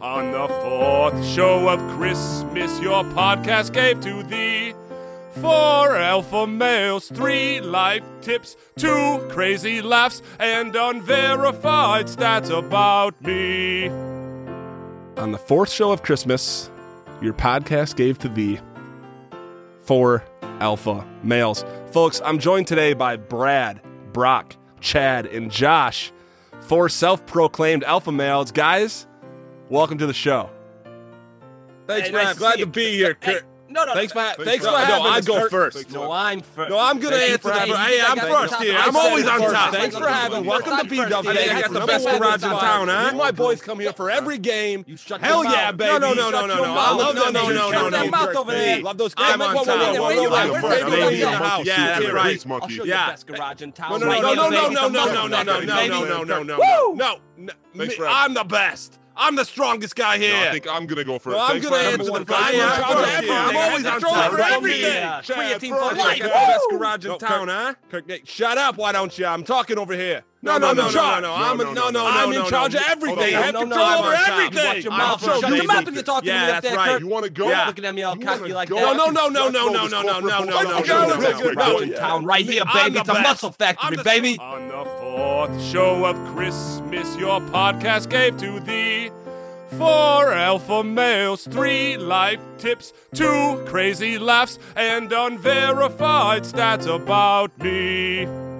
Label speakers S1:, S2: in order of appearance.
S1: On the fourth show of Christmas, your podcast gave to thee four alpha males, three life tips, two crazy laughs, and unverified stats about me. On the fourth show of Christmas, your podcast gave to thee four alpha males. Folks, I'm joined today by Brad, Brock, Chad, and Josh, four self proclaimed alpha males. Guys, welcome to the show.
S2: Thanks,
S3: Hey,
S2: Matt.
S3: nice to
S2: Glad
S3: see
S2: to
S3: you.
S2: be here.
S3: Hey,
S2: Kurt.
S3: no, no.
S2: Thanks, Matt.
S3: no,
S2: Thanks for
S1: Rob.
S2: having
S1: No, I
S2: us,
S1: go
S2: Kurt.
S1: first.
S2: Thanks,
S3: No,
S2: Rob.
S3: I'm first.
S2: No, I'm gonna
S3: Thank you
S2: answer
S3: for
S2: that.
S3: having
S2: but
S3: me.
S2: Hey, I'm
S3: Thank you.
S2: first here. I'm
S3: Thank you.
S2: always on
S3: Thank
S2: top.
S3: you.
S2: Thanks for
S3: Thank
S2: having.
S3: you.
S2: Welcome to
S3: Thank
S2: B
S3: you.
S2: Dub.
S3: Thank
S2: Today
S3: you.
S2: I got the
S3: Thank
S2: best
S3: you.
S2: garage in
S3: Thank you.
S2: town, huh?
S3: You
S2: Me and my boys come here for every game. Hell yeah, baby.
S3: No, no, no,
S2: Shut
S3: no, no,
S2: your
S3: no.
S2: mouth.
S3: I love-
S2: Love
S3: no,
S2: those
S3: no, no,
S2: kids.
S3: no,
S2: Shut that
S3: no.
S2: mouth over there.
S3: Hey,
S2: Love those kids.
S3: I'm
S2: Wait,
S3: on
S2: wait, wait,
S3: top.
S2: wait,
S3: Where
S2: wait,
S3: you
S2: wait,
S3: at?
S2: wait,
S3: Where
S2: wait,
S3: you at?
S2: wait, wait,
S3: Yeah.
S2: wait, wait,
S3: Yeah, that's
S2: wait, wait,
S3: right.
S2: wait,
S3: I'll show you
S2: Yeah.
S3: the best garage in town.
S2: No, no,
S3: right
S2: no,
S3: here,
S2: no, no,
S3: baby.
S2: no, no,
S3: Come
S2: no,
S3: on,
S2: no, no,
S3: baby.
S2: no, no, no, no, no.
S3: Woo!
S2: No, no, me-
S4: Brad.
S2: I'm the best. I'm the strongest guy
S4: No, I
S2: here.
S4: think I'm gonna go first.
S2: No, I'm
S4: Thanks
S2: gonna
S4: for
S2: answer
S4: having
S2: the
S4: me. Thanks for
S2: phone. I'm
S4: having
S2: first
S4: me.
S2: here. I'm always on
S3: Throw it
S2: top
S3: for
S2: for
S3: everything.
S2: everything.
S3: Yeah.
S2: Chad,
S3: Creatine
S2: first,
S3: for
S2: I
S3: life.
S2: got the best
S3: Woo!
S2: garage in
S4: No, Kirk-
S2: town, huh? Kirk, Nate, shut up. Why don't you? I'm talking over here.
S4: No, no, no, no,
S2: charge.
S4: no, no,
S2: I'm
S4: no,
S2: in-
S4: no, no,
S2: I'm
S4: no,
S2: in
S4: no,
S2: charge of
S4: no.
S2: everything.
S4: Hold on.
S2: I have
S3: No, no,
S2: control
S3: no, I'm
S2: over
S3: on top.
S2: everything.
S3: Watch your
S2: I'm
S3: mouth.
S2: on top.
S3: Shut
S2: They
S3: your mouth
S2: think-
S3: when you're talking to
S2: yeah,
S3: me up
S2: that's
S3: there,
S2: right.
S3: Kirk.
S4: You want to go?
S2: Yeah.
S3: Looking at me all
S4: You wanna
S3: cocky like
S4: go?
S3: that.
S2: No, no, no,
S4: Let's
S2: no,
S4: roll
S2: no,
S4: this
S2: no,
S4: corporate
S2: no, no,
S4: bullshit
S2: no,
S3: Let's
S2: no,
S3: go.
S2: no,
S3: Let's
S2: no,
S3: go. Garage
S2: no,
S3: in
S2: no.
S3: town right here,
S2: I'm
S3: baby.
S2: the
S3: It's a
S2: best.
S3: muscle factory,
S2: I'm the-
S3: baby.
S1: On the fourth show of Christmas, your podcast gave to thee four alpha males, three life tips, two crazy laughs, and unverified stats about me.